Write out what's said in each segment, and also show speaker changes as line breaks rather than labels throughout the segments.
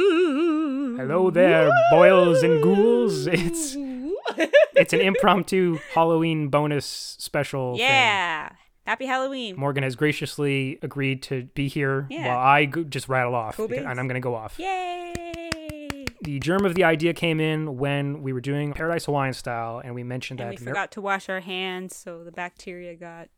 Hello there, boils and ghouls. It's it's an impromptu Halloween bonus special. thing.
yeah. Happy Halloween.
Morgan has graciously agreed to be here
Yeah.
while I go- just rattle off,
Cool
because-
beans.
and I'm going to go off.
Yay.
The germ of the idea came in when we were doing Paradise Hawaiian Style, and we mentioned
And we
that. Mer-
forgot to wash our hands, so the bacteria got.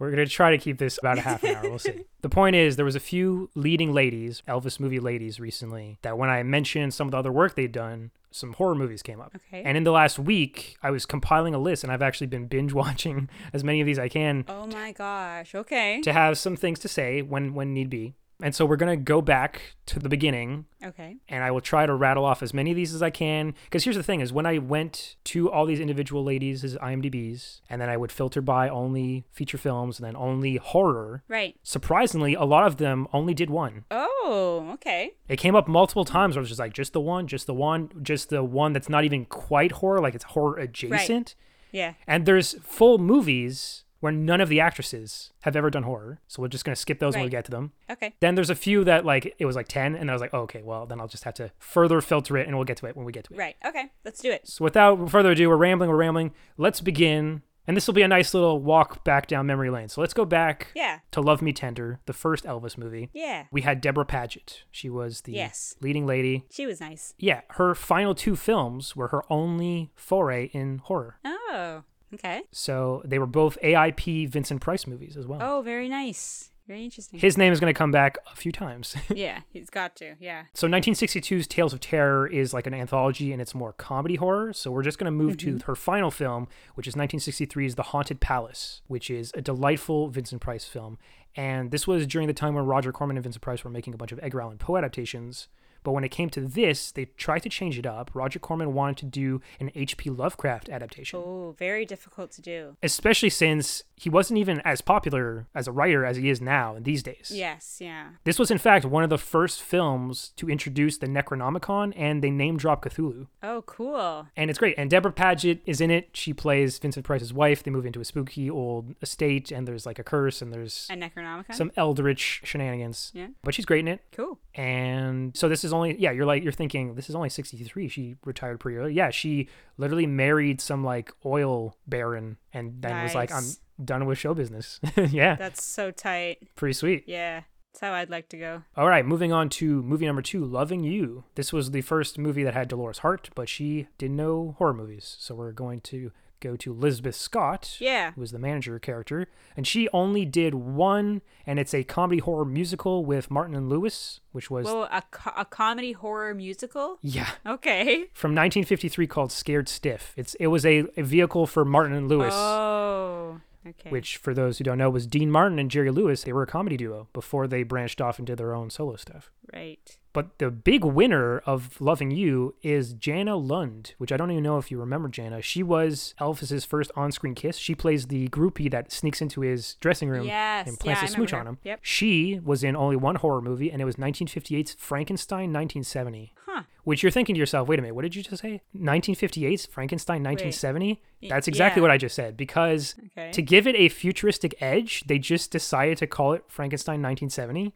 We're going to try to keep this about a half an hour. We'll see. The point is, there was a few leading ladies, Elvis movie ladies, recently that when I mentioned some of the other work they'd done, some horror movies came up.
Okay.
And in the last week, I was compiling a list, and I've actually been binge watching as many of these I can
Oh my gosh. Okay.
to have some things to say when when need be. And so we're gonna go back to the beginning
Okay.
and I will try to rattle off as many of these as I can. Because here's the thing: is when I went to all these individual ladies' IMDb's, and then I would filter by only feature films and then only horror.
Right.
Surprisingly, a lot of them only did one.
Oh, okay.
It came up multiple times where I was just like, just the one, just the one, just the one that's not even quite horror, like it's horror adjacent.
Yeah.
And there's full movies where none of the actresses have ever done horror. So we're just gonna skip those when we
Right.
get to them.
Okay.
Then there's a few that like it was like 10 and I was like, oh, "Okay, well, then I'll just have to further filter it and we'll get to it when we get to it."
Right. Okay. Let's do it.
So without further ado, we're rambling, we're rambling. Let's begin. And this will be a nice little walk back down memory lane. So let's go back
Yeah.
to Love Me Tender, the first Elvis movie.
Yeah.
We had Deborah Paget. She was the
Yes.
leading lady.
She was nice.
Yeah, her final two films were her only foray in horror.
Oh. Okay.
So they were both AIP Vincent Price movies as well.
Oh, very nice. Very interesting.
His name is going to come back a few times.
yeah, he's got to. Yeah.
So 1962's Tales of Terror is like an anthology and it's more comedy horror. So we're just going to move
Mm-hmm.
to her final film, which is 1963's The Haunted Palace, which is a delightful Vincent Price film. And this was during the time when Roger Corman and Vincent Price were making a bunch of Edgar Allan Poe adaptations. But when it came to this, they tried to change it up. Roger Corman wanted to do an H.P. Lovecraft adaptation.
Oh, very difficult to do.
Especially since he wasn't even as popular as a writer as he is now in these days.
Yes. Yeah.
This was, in fact, one of the first films to introduce the Necronomicon, and they name drop Cthulhu.
Oh, cool.
And it's great. And Deborah Paget is in it. She plays Vincent Price's wife. They move into a spooky old estate, and there's like a curse, and there's
A Necronomicon.
some eldritch shenanigans.
Yeah.
But she's great in it.
Cool.
And so this is only, yeah, you're like, you're thinking, this is only 63. She retired pretty early. Yeah, she literally married some like oil baron and then was like, I'm
Nice.
done with show business. yeah,
That's so tight.
pretty sweet.
Yeah. That's how I'd like to go.
All right, moving on to movie number two, Loving You. This was the first movie that had Dolores Hart, but she didn't know horror movies. So we're going to go to Elizabeth Scott,
Yeah.
who was the manager character. And she only did one, and it's a comedy horror musical with Martin and Lewis, which was,
Whoa, a, co- a comedy horror musical?
yeah.
Okay.
From 1953, called Scared Stiff. It's it was a, a vehicle for Martin and Lewis,
Oh. Okay.
which for those who don't know was Dean Martin and Jerry Lewis. They were a comedy duo before they branched off and did their own solo stuff.
Right.
But the big winner of Loving You is Jana Lund, which I don't even know if you remember Jana. She was Elvis's first on screen kiss. She plays the groupie that sneaks into his dressing room
Yes.
and plants
Yeah,
a
I
smooch
remember
on
her.
him.
Yep.
She was in only one horror movie, and it was 1958's Frankenstein 1970.
Huh.
Which you're thinking to yourself, wait a minute, what did you just say? 1958's Frankenstein 1970?
Y-
That's exactly
yeah.
what I just said, because
Okay.
to give it a futuristic edge, they just decided to call it Frankenstein 1970.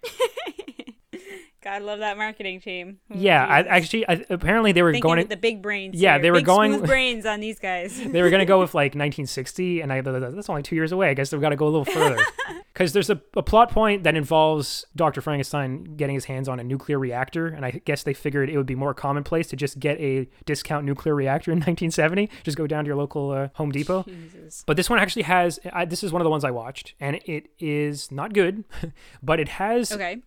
God, love that marketing team. Oh,
yeah, I,
Jesus.
actually, I, apparently they were
Thinking
going.
with the big brains.
Yeah,
here.
they were
Big
going-
smooth brains on these guys.
they were going to go with like 1960 and i that's only two years away i guess they've got to go a little further because there's a, a plot point that involves dr frankenstein getting his hands on a nuclear reactor and i guess they figured it would be more commonplace to just get a discount nuclear reactor in 1970 just go down to your local uh, home depot
Jesus.
but this one actually has I, this is one of the ones i watched and it is not good but it has
Okay.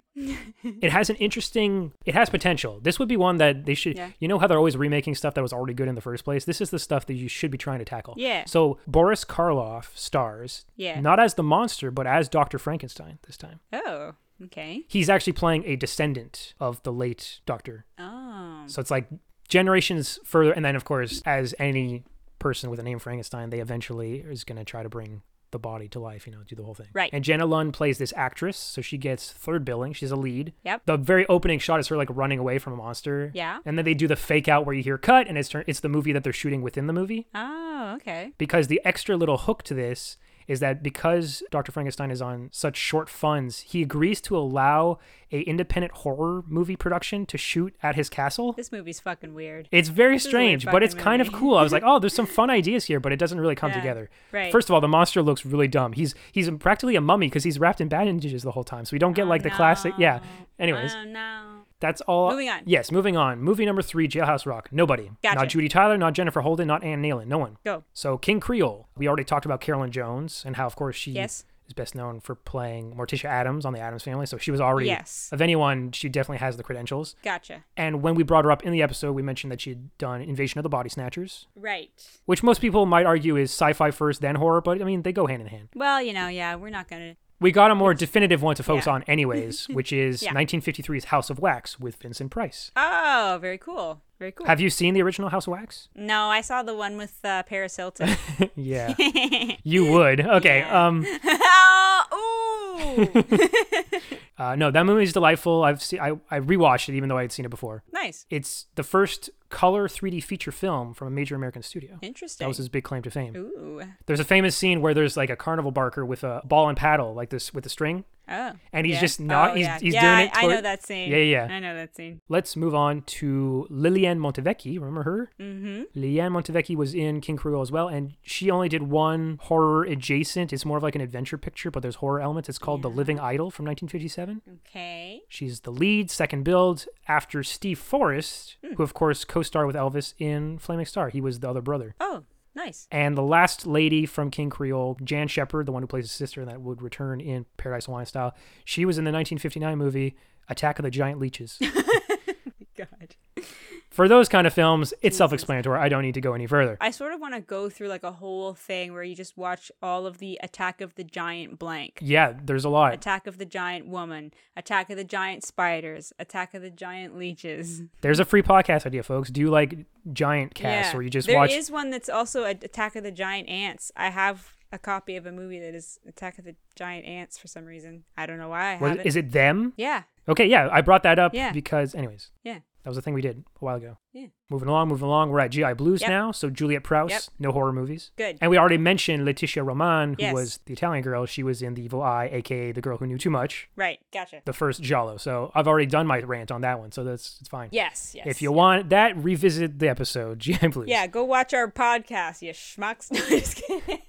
it has an interesting it has potential this would be one that they should
Yeah.
you know how they're always remaking stuff that was already good in the first place this is the stuff that you should be trying to tackle
Yeah.
so boris karloff stars
Yeah.
not as the monster but as dr frankenstein this time
Oh. Okay.
he's actually playing a descendant of the late doctor
Oh.
so it's like generations further and then of course as any person with a name frankenstein they eventually is going to try to bring the body to life, you know, do the whole thing.
Right.
And Jenna Lund plays this actress, so she gets third billing. She's a lead.
Yep.
The very opening shot is her like running away from a monster.
Yeah.
And then they do the fake out where you hear cut, and it's turn- it's the movie that they're shooting within the movie
Oh, okay.
because the extra little hook to this is that because Dr. Frankenstein is on such short funds, he agrees to allow a independent horror movie production to shoot at his castle.
This movie's fucking weird.
It's very
is a weird
strange, but it's
fucking
kind of
movie.
cool. I was like, "Oh, there's some fun ideas here, but it doesn't really come
Yeah,
together."
right.
First of all, the monster looks really dumb. He's he's practically a mummy because he's wrapped in bandages the whole time, so we don't get
Oh,
like the classic. Yeah.
no.
Anyways,
Oh, no.
that's all.
Moving on.
Yes, moving on. Movie number three, Jailhouse Rock. Nobody.
Gotcha.
Not Judy Tyler. Not Jennifer Holden. Not Ann Nealon. No one.
Go.
So King Creole, we already talked about Carolyn Jones and how, of course, she
Yes.
is best known for playing Morticia Adams on The Adams Family. So she was already,
Yes.
of anyone, she definitely has the credentials.
Gotcha.
And when we brought her up in the episode, we mentioned that she had done Invasion of the Body Snatchers,
Right.
which most people might argue is sci-fi first, then horror. But I mean, they go hand in hand.
Well, you know, yeah, we're not gonna.
We got a more definitive one to focus
Yeah.
on, anyways, which is
Yeah.
1953's House of Wax with Vincent Price.
Oh, very cool. Very cool.
Have you seen the original House of Wax?
No, I saw the one with uh, Paris Hilton.
yeah, you would. Okay.
Yeah.
Um.
oh, ooh.
Uh, no, that movie is delightful. I've seen. I, I rewatched it, even though I had seen it before.
nice.
It's the first color 3D feature film from a major American studio.
Interesting.
That was his big claim to fame.
ooh.
There's a famous scene where there's like a carnival barker with a ball and paddle, like this with a string,
Oh.
and he's
yeah.
just not.
Oh,
he's
yeah.
he's
yeah,
doing it.
I, I
toward-
know that scene.
Yeah, yeah, yeah.
I know that scene.
Let's move on to Lillian Montevecchi. Remember her?
Mm-hmm.
Lillian Montevecchi was in King Creole as well, and she only did one horror adjacent. It's more of like an adventure picture, but there's horror elements. It's called The Living Idol from 1957.
Okay.
She's the lead, second build, after Steve Forrest,
Hmm.
who, of course, co starred with Elvis in Flaming Star. He was the other brother.
Oh, nice.
And the last lady from King Creole, Jan Shepard, the one who plays his sister and that would return in Paradise Hawaiian Style, she was in the 1959 movie Attack of the Giant Leeches.
God.
For those kind of films, it's self explanatory. I don't need to go any further.
I sort of want to go through like a whole thing where you just watch all of the Attack of the Giant Blank.
Yeah, there's a lot.
Attack of the Giant Woman, Attack of the Giant Spiders, Attack of the Giant Leeches.
There's a free podcast idea, folks. Do you like giant casts where you just
There
watch?
is one that's also a- Attack of the Giant Ants. I have a copy of a movie that is Attack of the Giant Ants for some reason. I don't know why I
Was-
have it.
is it them?
Yeah,
Okay, yeah, I brought that up
Yeah.
because, anyways,
yeah,
that was a thing we did a while ago.
yeah.
Moving along, moving along. We're at GI Blues
Yep.
now. So Juliet Prowse,
Yep.
no horror movies.
Good.
And we already mentioned Letitia Roman, who
Yes.
was the Italian girl. She was in The Evil Eye, aka The Girl Who Knew Too Much,
Right. Gotcha.
the first Giallo. So I've already done my rant on that one. So that's it's fine.
Yes. Yes.
If you want that, revisit the episode GI Blues.
Yeah, go watch our podcast, you schmucks. No, I'm just kidding.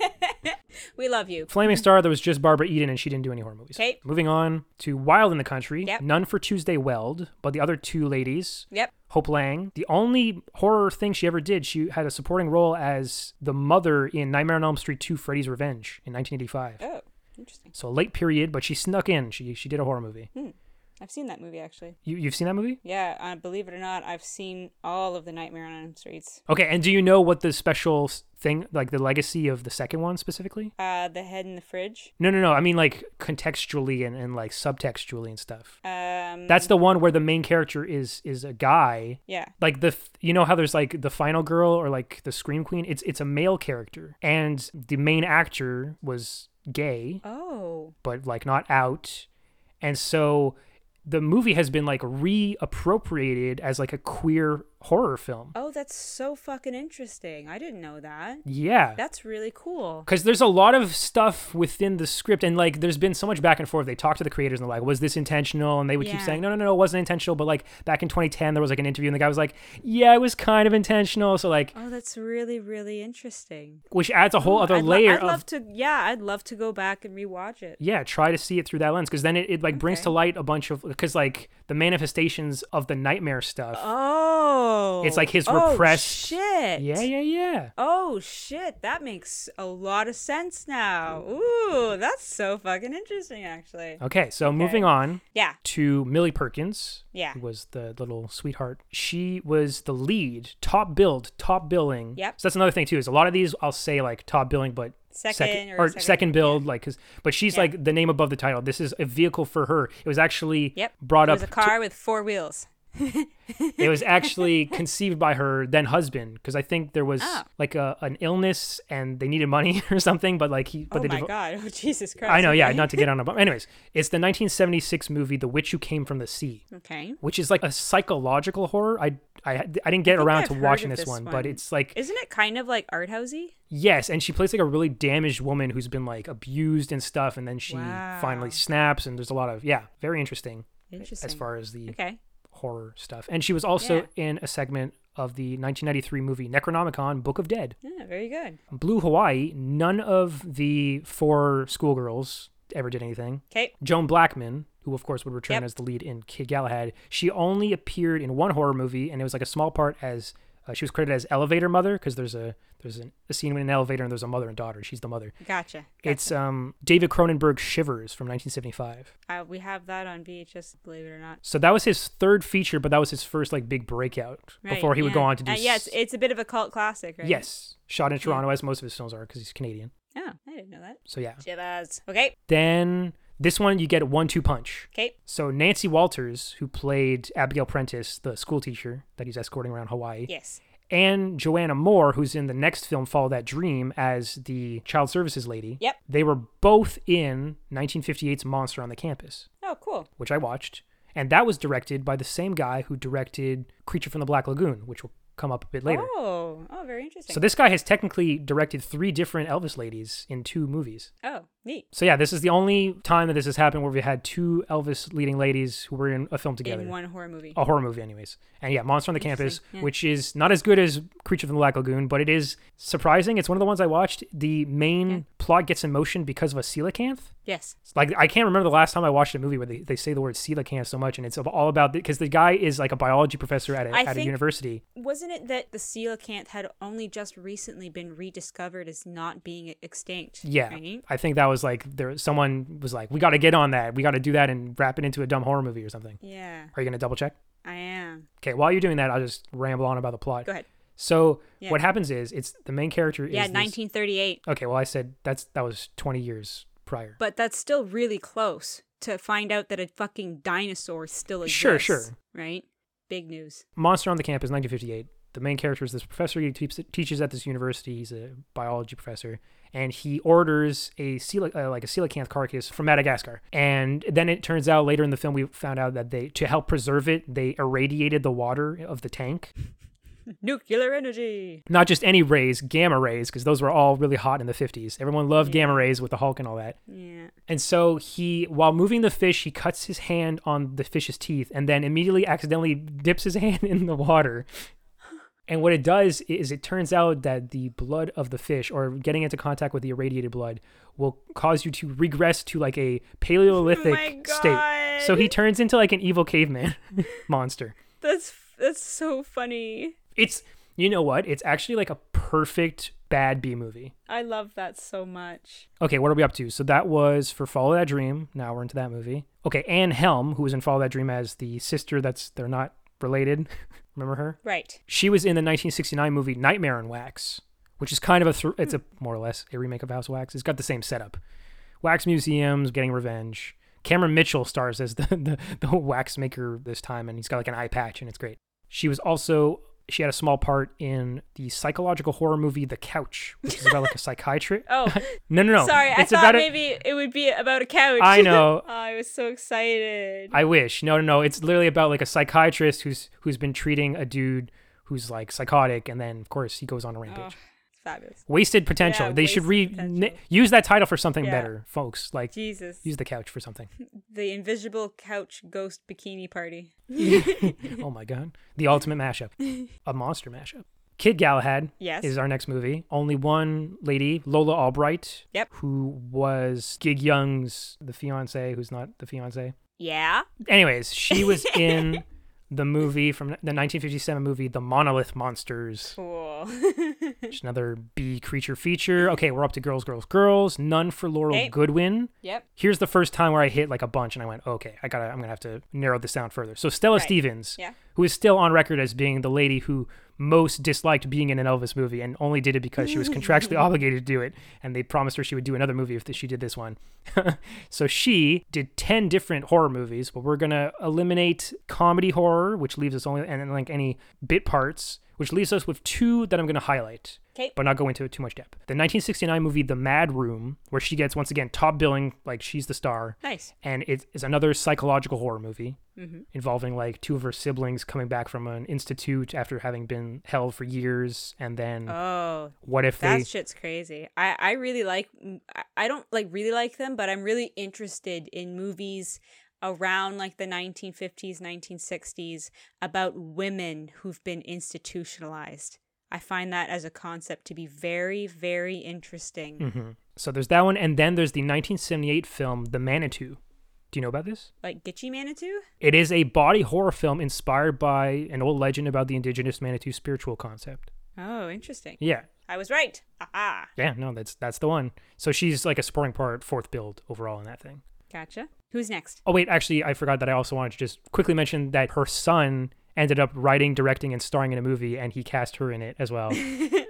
we love you.
Flaming Star, there was just Barbara Eden, and she didn't do any horror movies.
Okay.
Moving on to Wild in the Country.
Yep.
None for Tuesday Weld, but the other two ladies,
Yep.
Hope Lang. The only horror thing she ever did, she had a supporting role as the mother in Nightmare on Elm Street 2 Freddy's Revenge in 1985.
Oh, interesting.
So late period, but she snuck in. She she did a horror movie.
I've seen that movie actually.
You, you've seen that movie?
Yeah, uh, believe it or not, I've seen all of the Nightmare on Elm Streets.
Okay, and do you know what the special s- thing, like the legacy of the second one specifically?
Uh, the head in the fridge.
No, no, no. I mean, like contextually and, and like subtextually and stuff.
Um,
That's the one where the main character is is a guy
yeah.
like the f- you know how there's like the final girl or like the scream queen it's it's a male character and the main actor was gay
Oh,
but like not out and so the movie has been like reappropriated as like a queer horror film
oh, that's so fucking interesting. I didn't know that.
yeah
That's really cool.
because there's a lot of stuff within the script and like there's been so much back and forth they talked to the creators and they're like was this intentional and they would keep
Yeah.
saying no no no no it wasn't intentional but like back in 2010 there was like an interview and the guy was like yeah it was kind of intentional so like
Oh, that's really really interesting.
which adds a whole
Ooh,
other
I'd lo-
layer
I'd
of
love to. Yeah, I'd love to go back and rewatch it.
yeah try to see it through that lens because then it, it like brings
Okay.
to light a bunch of because like the manifestations of the nightmare stuff
Oh,
It's like his
oh,
repressed-
Shit.
yeah yeah yeah
Oh shit, that makes a lot of sense now. Ooh, that's so fucking interesting actually.
okay so moving on
Yeah.
to millie perkins
Yeah.
who was the little sweetheart she was the lead top build top billing
Yep.
so that's another thing too is a lot of these i'll say like top billing but
Second or second-
build like because but she's
Yeah.
like the name above the title this is a vehicle for her it was actually
Yep.
brought
it
up
was a
to-
car with four wheels.
it was actually conceived by her then husband because I think there was
Oh.
like a, an illness and they needed money or something. But like he, but
oh
they
my
devo-
god! Oh Jesus Christ!
I know, yeah,
okay.
not to get on a bum. Anyways, it's the 1976 movie The Witch Who Came from the Sea,
Okay.
which is like a psychological horror. I I, I didn't get
think
around
I've
to
heard
watching
of
this,
this
one,
one.
but it's like
Isn't it kind of like art housey?
yes, and she plays like a really damaged woman who's been like abused and stuff, and then she
Wow.
finally snaps. And there's a lot of yeah, very interesting
Interesting.
as far as the
okay.
horror stuff. And she was also
Yeah.
in a segment of the 1993 movie Necronomicon: Book of Dead.
Yeah, very good.
Blue Hawaii. None of the four schoolgirls ever did anything.
Okay.
Joan Blackman, who of course would return
Yep.
as the lead in Kid Galahad, she only appeared in one horror movie, and it was like a small part as uh, she was credited as elevator mother because there's a there's an, a scene in an elevator and there's a mother and daughter. She's the mother.
Gotcha.
It's um, David Cronenberg Shivers from 1975.
Uh, we have that on VHS, believe it or not.
So that was his third feature, but that was his first like big breakout
Right,
before he would
yeah.
go on to do.
Uh, yeah, it's,
s-
it's a bit of a cult classic, right?
yes, shot in Toronto as most of his films are because he's Canadian.
Oh, I didn't know that.
So yeah.
Chivas. Okay.
Then this one you get a one-two punch.
Okay.
So Nancy Walters, who played Abigail Prentice, the school teacher that he's escorting around Hawaii,
Yes.
and Joanna Moore, who's in the next film Follow That Dream as the child services lady.
Yep.
They were both in 1958's Monster on the Campus,
Oh, cool.
which I watched, and that was directed by the same guy who directed Creature from the Black Lagoon, which will come up a bit later.
Oh, oh, very interesting.
So this guy has technically directed three different Elvis ladies in two movies.
oh, neat.
So yeah, this is the only time that this has happened where we had two Elvis leading ladies who were in a film together Oh.
In one horror movie.
a horror movie anyways and yeah monster on the campus
Interesting, yeah.
which is not as good as creature from the black lagoon but it is surprising it's one of the ones i watched the main
Yeah.
plot gets in motion because of a coelacanth
Yes.
It's like i can't remember the last time i watched a movie where they, they say the word coelacanth so much and it's all about because the guy is like a biology professor at a,
I
at a
think-
university
Wasn't it that the coelacanth had only just recently been rediscovered as not being extinct?
yeah
Right?
i think that was like there someone was like we got to get on that we got to do that and wrap it into a dumb horror movie or something
Yeah,
are you gonna double check
I am.
okay while you're doing that i'll just ramble on about the plot
Go ahead.
so
Yeah.
what happens is it's the main character
Yeah,
is this-
1938.
Okay, well, I said that's that was 20 years prior.
But that's still really close to find out that a fucking dinosaur still exists.
Sure, sure.
Right? Big news.
Monster on the Campus, 1958. The main character is this professor. He te- teaches at this university. He's a biology professor, and he orders a coel- uh, like a coelacanth carcass from Madagascar. And then it turns out later in the film we found out that they to help preserve it, they irradiated the water of the tank.
Nuclear energy.
Not just any rays, gamma rays, because those were all really hot in the 50s. Everyone loved gamma rays with the Hulk and all that.
Yeah.
And so he, while moving the fish, he cuts his hand on the fish's teeth and then immediately accidentally dips his hand in the water. And what it does is it turns out that the blood of the fish or getting into contact with the irradiated blood will cause you to regress to like a paleolithic state. So he
God.
turns into like an evil caveman monster.
That's that's so funny.
It's, you know what? It's actually like a perfect bad B movie.
I love that so much.
Okay, what are we up to? So that was for Follow That Dream. Now we're into that movie. Okay, Anne Helm, who was in Follow That Dream as the sister that's they're not related. Remember her?
Right.
She was in the 1969 movie Nightmare on Wax, which is kind of a thr it's a more or less a remake of House of Wax. It's got the same setup. Wax museums, getting revenge. Cameron Mitchell stars as the, the the wax maker this time and he's got like an eye patch and it's great. She was also she had a small part in the psychological horror movie The Couch, which is about like a psychiatrist.
Oh,
No, no, no.
sorry. I
It's
thought
about a-
maybe it would be about a couch.
I know.
oh, I was so excited.
I wish. No, no, no. It's literally about like a psychiatrist who's who's been treating a dude who's like psychotic, and then of course he goes on a
oh,
rampage.
fabulous.
Wasted potential.
Yeah,
they should re
wasted
n-
potential.
use that title for something
Yeah.
better, folks. Like
Jesus.
use the couch for something.
The invisible couch ghost bikini party.
oh my god, the ultimate mashup, a monster mashup. Kid Galahad
Yes.
is our next movie. Only one lady, Lola Albright,
Yep.
who was Gig Young's the fiance, who's not the fiance.
Yeah.
Anyways, she was in the movie from the 1957 movie The Monolith Monsters,
Cool.
which is another B creature feature. Okay, we're up to Girls, Girls, Girls. None for Laurel
Okay.
Goodwin.
yep.
Here's the first time where I hit like a bunch and I went, okay, I gotta, I'm gonna have to narrow this down further. So Stella
Right.
Stevens,
Yeah.
who is still on record as being the lady who most disliked being in an Elvis movie and only did it because she was contractually obligated to do it. And they promised her she would do another movie if th- she did this one. so she did 10 different horror movies, but we're going to eliminate comedy horror, which leaves us only, and then like any bit parts, which leaves us with two that I'm going to highlight.
Okay.
But not go into it too much depth. The 1969 movie The Mad Room, where she gets once again top billing, like she's the star
Nice.
and it is another psychological horror movie
Mhm.
involving like two of her siblings coming back from an institute after having been held for years and then
Oh,
what if
that
they
shit's crazy. I I really like. I- I don't like really like them, but I'm really interested in movies around like the 1950s, 1960s about women who've been institutionalized. I find that as a concept to be very, very interesting.
Mhm. so there's that one and then there's the 1978 film The Manitou do you know about this
Like Gitchy Manitou.
it is a body horror film inspired by an old legend about the indigenous Manitou spiritual concept
Oh, interesting.
yeah
I was right. Aha.
yeah no that's that's the one so she's like a supporting part fourth build overall in that thing
Gotcha. Who's next?
Oh wait, actually, I forgot that I also wanted to just quickly mention that her son ended up writing, directing, and starring in a movie, and he cast her in it as well.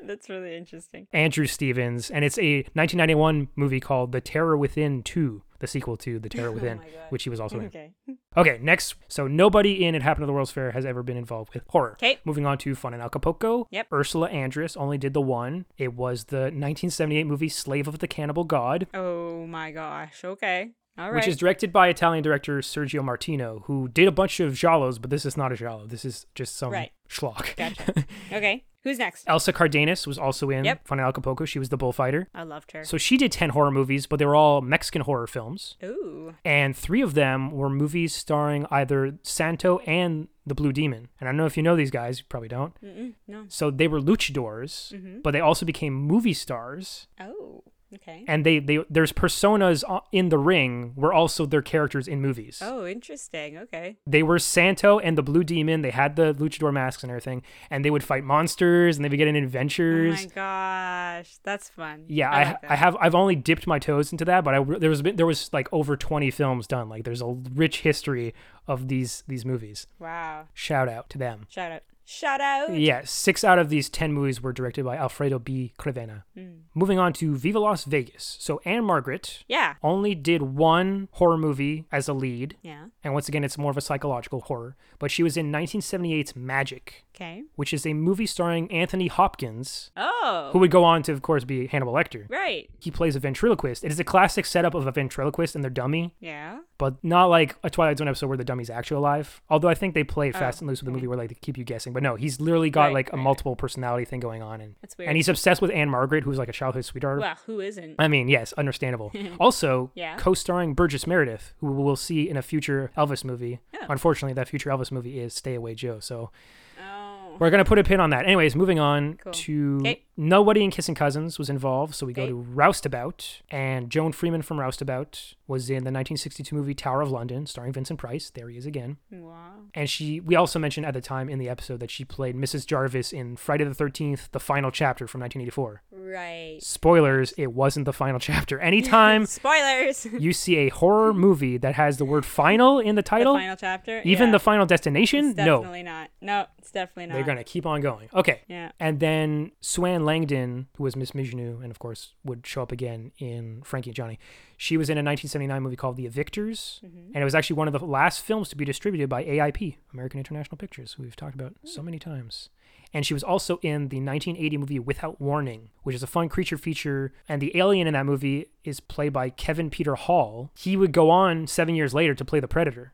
That's really interesting.
Andrew Stevens, and it's a 1991 movie called The Terror Within 2, the sequel to The Terror Within,
Oh my God.
which he was also in.
Okay.
Okay, next. So nobody in It Happened at the World's Fair has ever been involved with horror.
'Kay.
Moving on to Fun in Acapulco.
Yep.
Ursula Andress only did the one. It was the 1978 movie Slave of the Cannibal God.
Oh my gosh. Okay. All right.
which is directed by Italian director Sergio Martino, who did a bunch of giallos, but this is not a giallo. This is just some
Right.
schlock.
Gotcha. okay. Who's next?
Elsa Cardenas was also in
Yep.
Final Acapulco. She was the bullfighter.
I loved her.
So she did 10 horror movies, but they were all Mexican horror films.
Ooh.
And three of them were movies starring either Santo and the Blue Demon. And I don't know if you know these guys, you probably don't.
Mm-mm, no.
So they were luchadors,
Mm-hmm.
but they also became movie stars.
Oh. Okay.
And they, they there's personas o- in the ring were also their characters in movies.
Oh, interesting. Okay.
they were Santo and the Blue Demon. They had the luchador masks and everything, and they would fight monsters and they would get in
Oh
adventures.
my gosh, that's fun.
yeah,
I,
I,
like
I
that.
have I've only dipped my toes into that, but I re- there was been- there was like over twenty films done. Like there's a rich history of these these movies.
Wow.
Shout out to them.
Shout out. Shout out.
Yeah, six out of these ten movies were directed by Alfredo B. Crevena.
Mm.
Moving on to Viva Las Vegas. So Anne Margaret
Yeah.
only did one horror movie as a lead,
Yeah.
and once again, it's more of a psychological horror. But she was in 1978's Magic,
Okay.
which is a movie starring Anthony Hopkins,
Oh.
who would go on to, of course, be Hannibal Lecter.
right.
He plays a ventriloquist. It is a classic setup of a ventriloquist and their dummy,
Yeah.
but not like a Twilight Zone episode where the dummy's actually alive. Although I think they play it
Oh,
fast and loose with the
okay.
movie where like they keep you guessing. But no, he's literally got
Right,
like a
right, right.
multiple personality thing going on, and
That's weird.
and he's obsessed with Anne Margaret, who's like a childhood sweetheart.
Well, who isn't?
I mean, yes, understandable. also,
Yeah.
co-starring Burgess Meredith, who we'll see in a future Elvis movie.
Oh.
Unfortunately, that future Elvis movie is Stay Away Joe. So
Oh.
we're gonna put a pin on that. Anyways, moving on
Cool.
to
Okay.
nobody in Kissing Cousins was involved, so we go
Okay.
to Roustabout, and Joan Freeman from Roustabout was in the 1962 movie Tower of London, starring Vincent Price. There he is again.
Wow.
And she, we also mentioned at the time in the episode that she played Mrs. Jarvis in Friday the 13th, the final chapter from 1984.
Right.
Spoilers: It wasn't the final chapter. Anytime
Spoilers.
you see a horror movie that has the word "final" in the title,
The final chapter.
even
yeah.
the final destination,
It's
no,
definitely not. No, it's definitely not.
they're gonna keep on going. Okay.
Yeah.
And then Swan Langdon, who was Miss Mijanou, and of course would show up again in Frankie and Johnny. She was in a 1979 movie called The Evictors,
Mm-hmm.
and it was actually one of the last films to be distributed by AIP, American International Pictures, who we've talked about so
Hmm.
many times. And she was also in the 1980 movie Without Warning, which is a fun creature feature. And the alien in that movie is played by Kevin Peter Hall. He would go on seven years later to play the Predator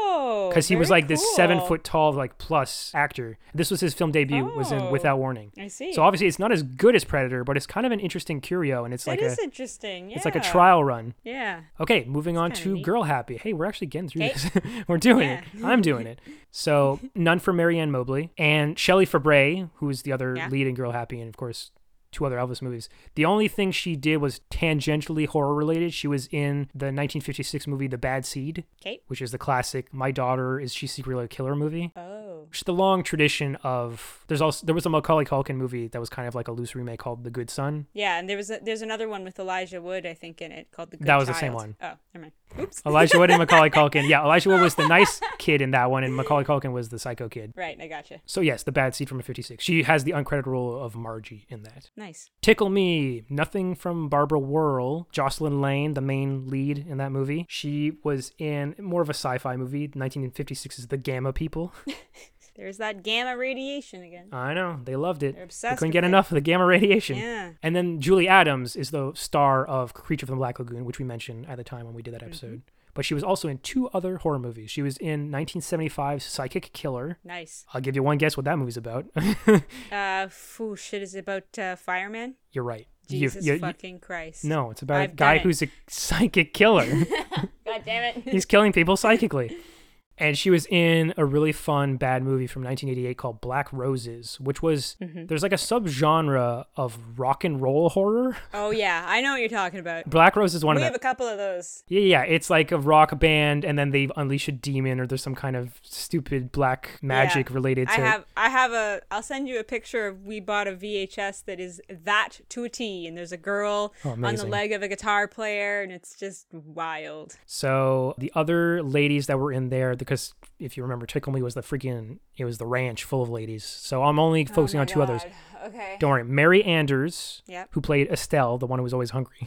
Oh.
because he was
very
like this seven
cool.
foot tall, like plus actor. This was his film debut. Was in
Oh.
Without Warning.
I see.
So obviously it's not as good as Predator, but it's kind of an interesting curio, and it's like
That is
a
interesting. Yeah.
it's like a trial run.
Yeah.
Okay, moving on
kinda
to
neat.
Girl Happy. Hey, we're actually getting through
Okay.
this. we're doing it.
Yeah.
I'm doing it. So none for Marianne Mobley and Shelley Fabre, who is the other
Yeah.
lead in Girl Happy, and of course two other Elvis movies. The only thing she did was tangentially horror related. She was in the 1956 movie The Bad Seed,
Okay.
which is the classic "My Daughter Is She Secretly a Killer" movie.
Oh.
Just the long tradition of there's also there was a Macaulay Culkin movie that was kind of like a loose remake called The Good Son.
Yeah, and there was a, there's another one with Elijah Wood, I think, in it called the. Good
That was the same
Child.
one.
Oh, never mind. Oops.
Elijah Wood and Macaulay Culkin. Yeah, Elijah Wood was the nice kid in that one, and Macaulay Culkin was the psycho kid.
right, I gotcha.
So yes, the bad seed from a 56. She has the uncredited role of Margie in that.
Nice.
Tickle Me, nothing from Barbara Whirl. Jocelyn Lane, the main lead in that movie. She was in more of a sci-fi movie, 1956 is The Gamma People.
There's that gamma radiation again.
I know, they loved it.
They're obsessed
They couldn't
with
get
it.
enough of the gamma radiation.
Yeah.
And then Julie Adams is the star of Creature from the Black Lagoon, which we mentioned at the time when we did that
Mm-hmm.
episode. But she was also in two other horror movies. She was in 1975's Psychic Killer.
Nice.
I'll give you one guess what that movie's about.
Uh, foo, shit is it about uh, fireman.
You're right. You-
Jesus
you- you-
fucking Christ.
no, it's about
I've
a
done
guy
it.
who's a psychic killer.
God damn it.
He's killing people psychically. And she was in a really fun bad movie from 1988 called Black Roses, which was
Mm-hmm.
there's like a subgenre of rock and roll horror.
oh yeah, I know what you're talking about.
Black Rose is one
We
of
have
them.
a couple of those.
Yeah, yeah, it's like a rock band, and then they unleash a demon, or there's some kind of stupid black magic
Yeah.
related to.
I have I have a I'll send you a picture of we bought a VHS that is that to a T and there's a girl
Oh,
on the
amazing.
leg of a guitar player and it's just wild.
So the other ladies that were in there, because if you remember, Tickle Me was the freaking it was the ranch full of ladies. So I'm only
Oh
focusing on two others.
Okay.
Don't worry, Mary Anders,
Yep.
who played Estelle, the one who was always hungry.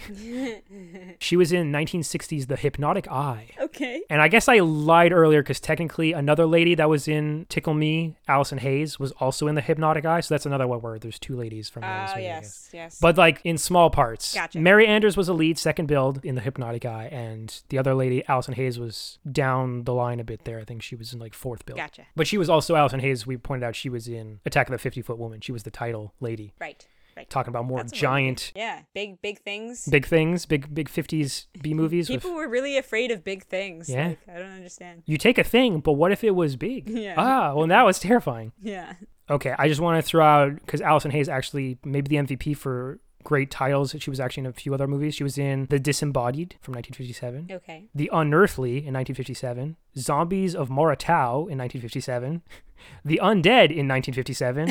she was in 1960s The Hypnotic Eye.
Okay.
And I guess I lied earlier because technically another lady that was in Tickle Me, Allison Hayes, was also in the Hypnotic Eye. So that's another one where there's two ladies from. that
Oh
movie, I guess.
yes, yes.
But like in small parts.
Gotcha.
Mary Anders was a lead, second build in the Hypnotic Eye, and the other lady, Allison Hayes, was down the line a bit there. I think she was in like fourth build.
Gotcha.
But she was also Allison Hayes. We pointed out she was in Attack of the Fifty Foot Woman. She was the title lady.
right. Right.
Talking about more
That's a lot of
giant,
yeah, big big things.
big things, big big fifties B movies. with-
People were really afraid of big things.
Yeah.
Like, I don't understand.
you take a thing, but what if it was big?
Yeah.
Ah, well, that was terrifying.
Yeah.
Okay, I just want to throw out because Allison Hayes actually maybe the MVP for great titles. She was actually in a few other movies. She was in The Disembodied from 1957,
Okay.
The Unearthly in 1957, Zombies of Moratau in 1957, The Undead in 1957.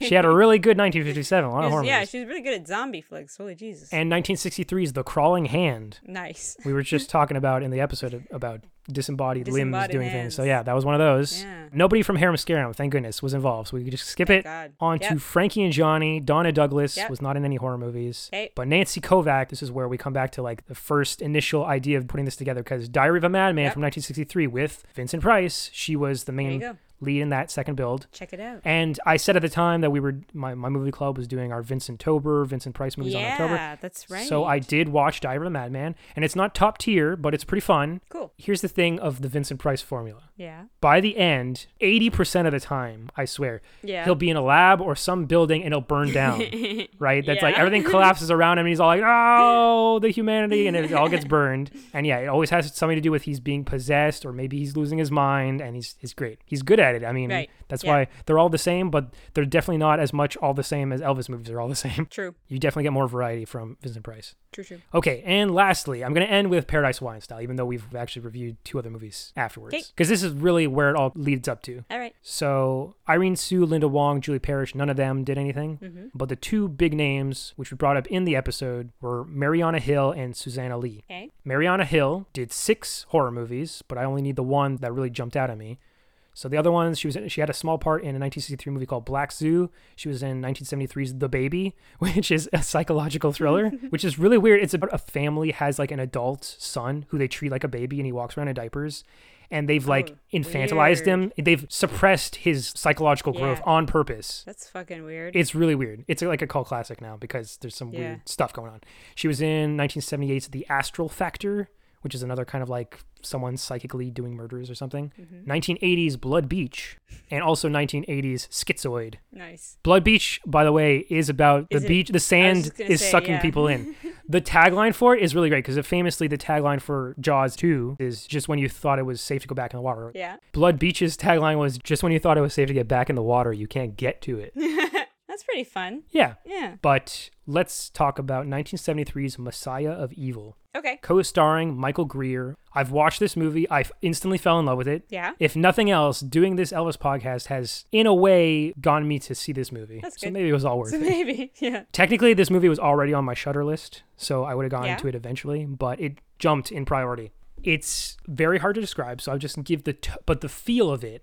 she had a really good 1957, a lot of horror
yeah,
movies.
she was really good at zombie flicks. Holy Jesus.
And 1963's The Crawling Hand.
nice.
We were just talking about in the episode about disembodied, limbs
Disembodied
doing things. So
hands.
yeah, that was one of those.
Yeah.
Nobody from Harem Scarum, thank goodness, was involved. So we could just skip
Thank
it
God.
on to
Yep.
Frankie and Johnny. Donna Douglas
Yep.
was not in any horror movies.
Okay.
But Nancy Kovac, this is where we come back to like the first initial idea of putting this together because Diary of a Madman
Yep.
from 1963 with Vincent Price, she was the
you
main
go.
lead in that second build.
Check it out.
And I said at the time that we were my, my movie club was doing our Vincent Tober, Vincent Price movies on October.
Yeah, that's right.
So I did watch Diary of a Madman, and it's not top tier, but it's pretty fun.
cool.
Here's the thing of the Vincent Price formula.
Yeah.
By the end, 80% of the time, I swear,
Yeah.
he'll be in a lab or some building and it'll burn down. right? That's like
Yeah.
everything collapses around him and he's all like, oh, the humanity. And it all gets burned. And yeah, it always has something to do with he's being possessed or maybe he's losing his mind and he's, he's great. He's good at it. I mean,
Right.
that's
Yeah.
why they're all the same, but they're definitely not as much all the same as Elvis movies are all the same.
True.
You definitely get more variety from Vincent Price.
True. True.
Okay, and lastly, I'm going to end with Paradise Wine Style, even though we've actually reviewed two other movies
Okay.
afterwards. Because this is really where it all leads up to.
All right.
So Irene Sue, Linda Wong, Julie Parrish, none of them did anything. But the two big names, which we brought up in the episode, were Mariana Hill and Susanna Lee.
Okay.
Mariana Hill did six horror movies, but I only need the one that really jumped out at me. So the other ones, she was she had a small part in a 1963 movie called Black Zoo. She was in 1973's The Baby, which is a psychological thriller, which is really weird. It's about a family has like an adult son who they treat like a baby, and he walks around in diapers, and they've like infantilized him. They've suppressed his psychological growth
Yeah.
on purpose.
That's fucking weird.
It's really weird. It's like a cult classic now because there's some
Yeah.
weird stuff going on. She was in 1978's The Astral Factor, which is another kind of like someone psychically doing murders or something.
Mm-hmm.
1980's Blood Beach, and also 1980's Schizoid.
nice.
Blood Beach, by the way, is about
Is
the
it-
beach. The sand
just gonna
is
say,
sucking
yeah.
people in. the tagline for it is really great because famously the tagline for Jaws 2 is just when you thought it was safe to go back in the water.
Yeah.
Blood Beach's tagline was just when you thought it was safe to get back in the water, you can't get to it.
That's pretty fun.
yeah.
Yeah.
But let's talk about 1973's Messiah of Evil.
Okay.
co-starring Michael Greer. I've watched this movie. I f- instantly fell in love with it.
Yeah.
If nothing else, doing this Elvis podcast has, in a way, gotten me to see this movie.
That's
so
good.
maybe it was all worth
So
it.
maybe, yeah.
Technically, this movie was already on my Shutter list, so I would have gone
Yeah.
to it eventually, but it jumped in priority. It's very hard to describe, so I'll just give the t- but the feel of it is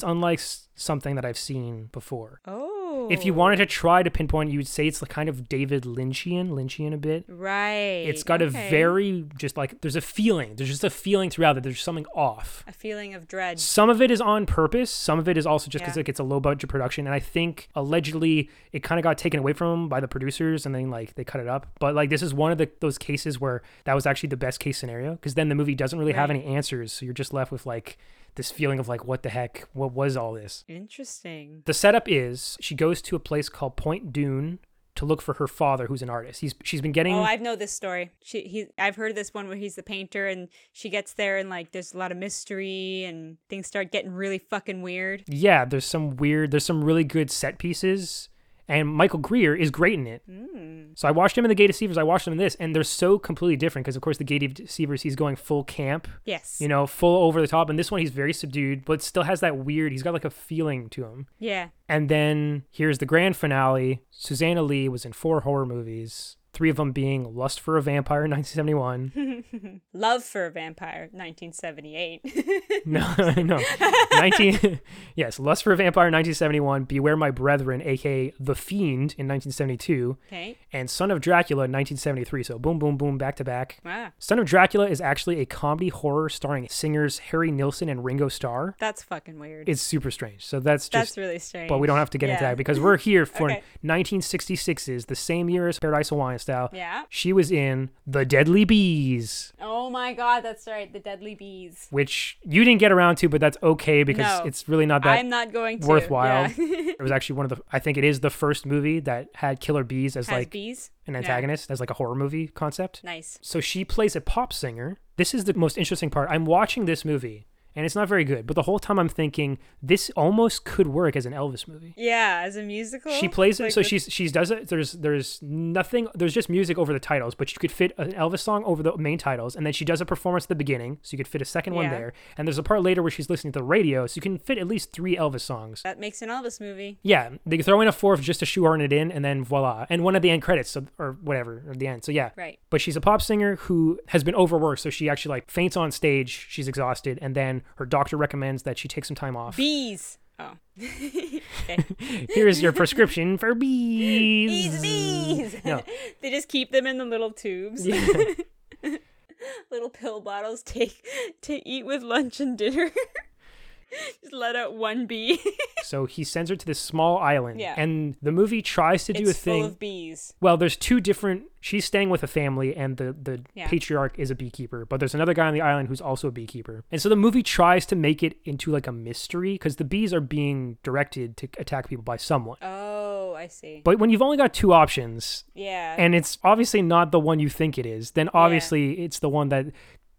Mm-hmm.
unlike s- something that I've seen before.
Oh.
If you wanted to try to pinpoint, you'd say it's the kind of David Lynchian, Lynchian a bit.
Right.
It's got
okay.
a very just like there's a feeling. There's just a feeling throughout that there's something off.
a feeling of dread.
Some of it is on purpose. Some of it is also just because
Yeah.
it gets a low budget production. And I think allegedly it kind of got taken away from 'em by the producers and then like they cut it up. But like this is one of the those cases where that was actually the best case scenario because then the movie doesn't really have
Right.
any answers. So you're just left with like this feeling of like, what the heck? What was all this?
Interesting.
The setup is she goes to a place called Point Dune to look for her father, who's an artist. He's she's been getting
Oh, I know this story. She he I've heard this one where he's the painter and she gets there and like there's a lot of mystery and things start getting really fucking weird.
yeah, there's some weird, there's some really good set pieces, and Michael Greer is great in it.
Hmm.
So I watched him in The Gay Deceivers, I watched him in this, and they're so completely different because, of course, The Gay Deceivers, he's going full camp,
Yes.
you know, full over the top, and this one he's very subdued, but still has that weird, he's got like a feeling to him.
yeah.
And then here's the grand finale. Susanna Lee was in four horror movies, three of them being Lust for a Vampire in 1971.
Love for a Vampire, 1978.
No, no. 19 Yes, Lust for a Vampire 1971, Beware My Brethren aka The Fiend in 1972,
okay.
and Son of Dracula in 1973. So boom boom boom back to back.
Wow.
Son of Dracula is actually a comedy horror starring singers Harry Nilsson and Ringo Starr.
That's fucking weird.
It's super strange. So that's
That's
just
really strange.
but we don't have to get into
Yeah.
that because we're here for
Okay.
1966's, the same year as Paradise Hawaiian Style.
Yeah.
She was in The Deadly Bees.
Oh my god, that's right. The Deadly Bees.
Which you didn't get around to, but that's okay because
No.
it's really not that
I'm not going to.
worthwhile.
Yeah.
it was actually one of the I think it is the first movie that had killer bees as
Has
like
bees?
an
Yeah.
antagonist, as like a horror movie concept.
Nice.
So she plays a pop singer. This is the most interesting part. I'm watching this movie and it's not very good, but the whole time I'm thinking this almost could work as an Elvis movie.
Yeah, as a musical.
She plays it,
Like
so
with-
she's she's does it. There's there's nothing. There's just music over the titles, but you could fit an Elvis song over the main titles, and then she does a performance at the beginning, so you could fit a second one
Yeah.
there. And there's a part later where she's listening to the radio, so you can fit at least three Elvis songs.
That makes an Elvis movie.
Yeah, they throw in a fourth just to shoehorn it in, and then voila, and one at the end credits, so or whatever at the end. So yeah,
Right.
But she's a pop singer who has been overworked, so she actually like faints on stage. She's exhausted, and then her doctor recommends that she take some time off.
Bees. Oh. Okay.
Here's your prescription for
Bees,
bees.
bees.
No.
they just keep them in the little tubes, little pill bottles. Take to eat with lunch and dinner. just let out one bee.
So he sends her to this small island,
Yeah.
and the movie tries to do
it's
a thing.
full of bees.
Well, there's two different. She's staying with a family, and the the
Yeah.
patriarch is a beekeeper. But there's another guy on the island who's also a beekeeper. And so the movie tries to make it into like a mystery because the bees are being directed to attack people by someone.
Oh, I see.
But when you've only got two options,
Yeah.
and it's obviously not the one you think it is, then obviously it's the one that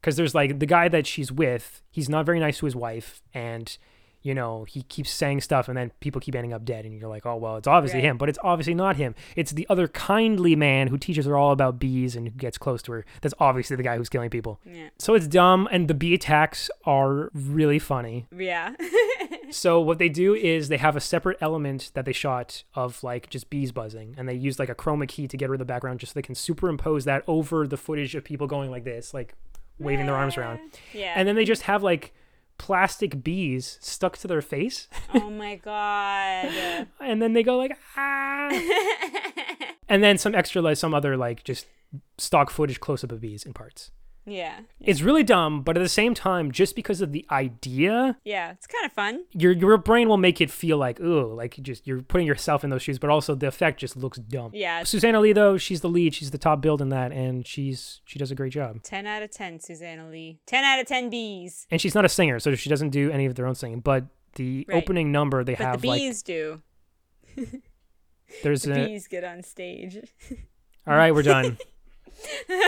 because there's like the guy that she's with. He's not very nice to his wife, and you know he keeps saying stuff, and then people keep ending up dead, and you're like, oh well, it's obviously
Right.
him, but it's obviously not him. It's the other kindly man who teaches her all about bees and who gets close to her. That's obviously the guy who's killing people.
yeah.
So it's dumb, and the bee attacks are really funny.
Yeah.
So what they do is they have a separate element that they shot of like just bees buzzing, and they use like a chroma key to get rid of the background, just so they can superimpose that over the footage of people going like this, like waving their arms around,
yeah.
and then they just have like plastic bees stuck to their face,
oh my god.
and then they go like ah, and then some extra like some other like just stock footage close up of bees in parts.
Yeah.
It's really dumb, but at the same time, just because of the idea,
Yeah. It's kind of fun.
your your brain will make it feel like ooh, like you just you're putting yourself in those shoes, but also the effect just looks dumb.
Yeah.
Susanna Lee though, she's the lead, she's the top build in that, and she's she does a great job.
Ten out of ten, Susanna Lee. Ten out of ten bees.
And she's not a singer, so she doesn't do any of their own singing. But the
Right.
opening number they
But the
have like
bees do.
there's
The
a
bees get on stage.
all right, we're done.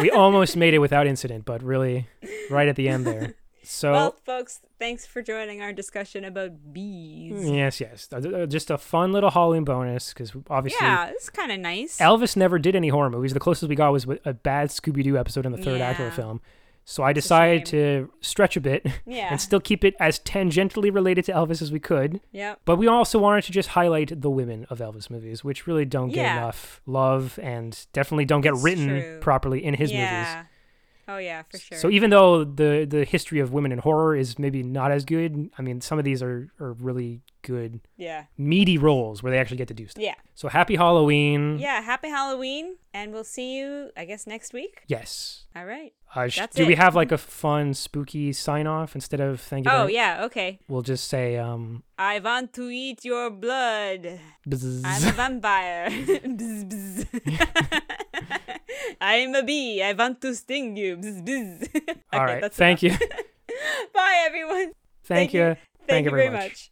we almost made it without incident, but really, right at the end there. So
well, folks, thanks for joining our discussion about bees.
yes, yes, Uh, just a fun little Halloween bonus because obviously
Yeah, it's kind of nice.
Elvis never did any horror movies. The closest we got was with a bad Scooby Doo episode in the third act of the
Yeah.
film. So I decided to stretch a bit
Yeah.
and still keep it as tangentially related to Elvis as we could.
yep.
But we also wanted to just highlight the women of Elvis movies, which really don't get
Yeah.
enough love and definitely don't get
It's
written
true.
properly in his
yeah.
movies.
Oh yeah, for sure.
So even though the the history of women in horror is maybe not as good, I mean some of these are are really good
yeah.
meaty roles where they actually get to do stuff.
Yeah.
So happy Halloween.
Yeah, happy Halloween and we'll see you I guess next week.
Yes.
All right.
Uh, sh-
That's
do we
it. Mm-hmm.
have like a fun spooky sign off instead of thank you?
Oh
very-"
yeah, okay.
We'll just say um
I want to eat your blood.
bzzz.
I'm a vampire. bzz, bzz. I'm a bee. I want to sting you. Bzz, bzz. okay,
All right.
that's
Thank you.
enough. Bye everyone.
Thank you.
Thank, you very much.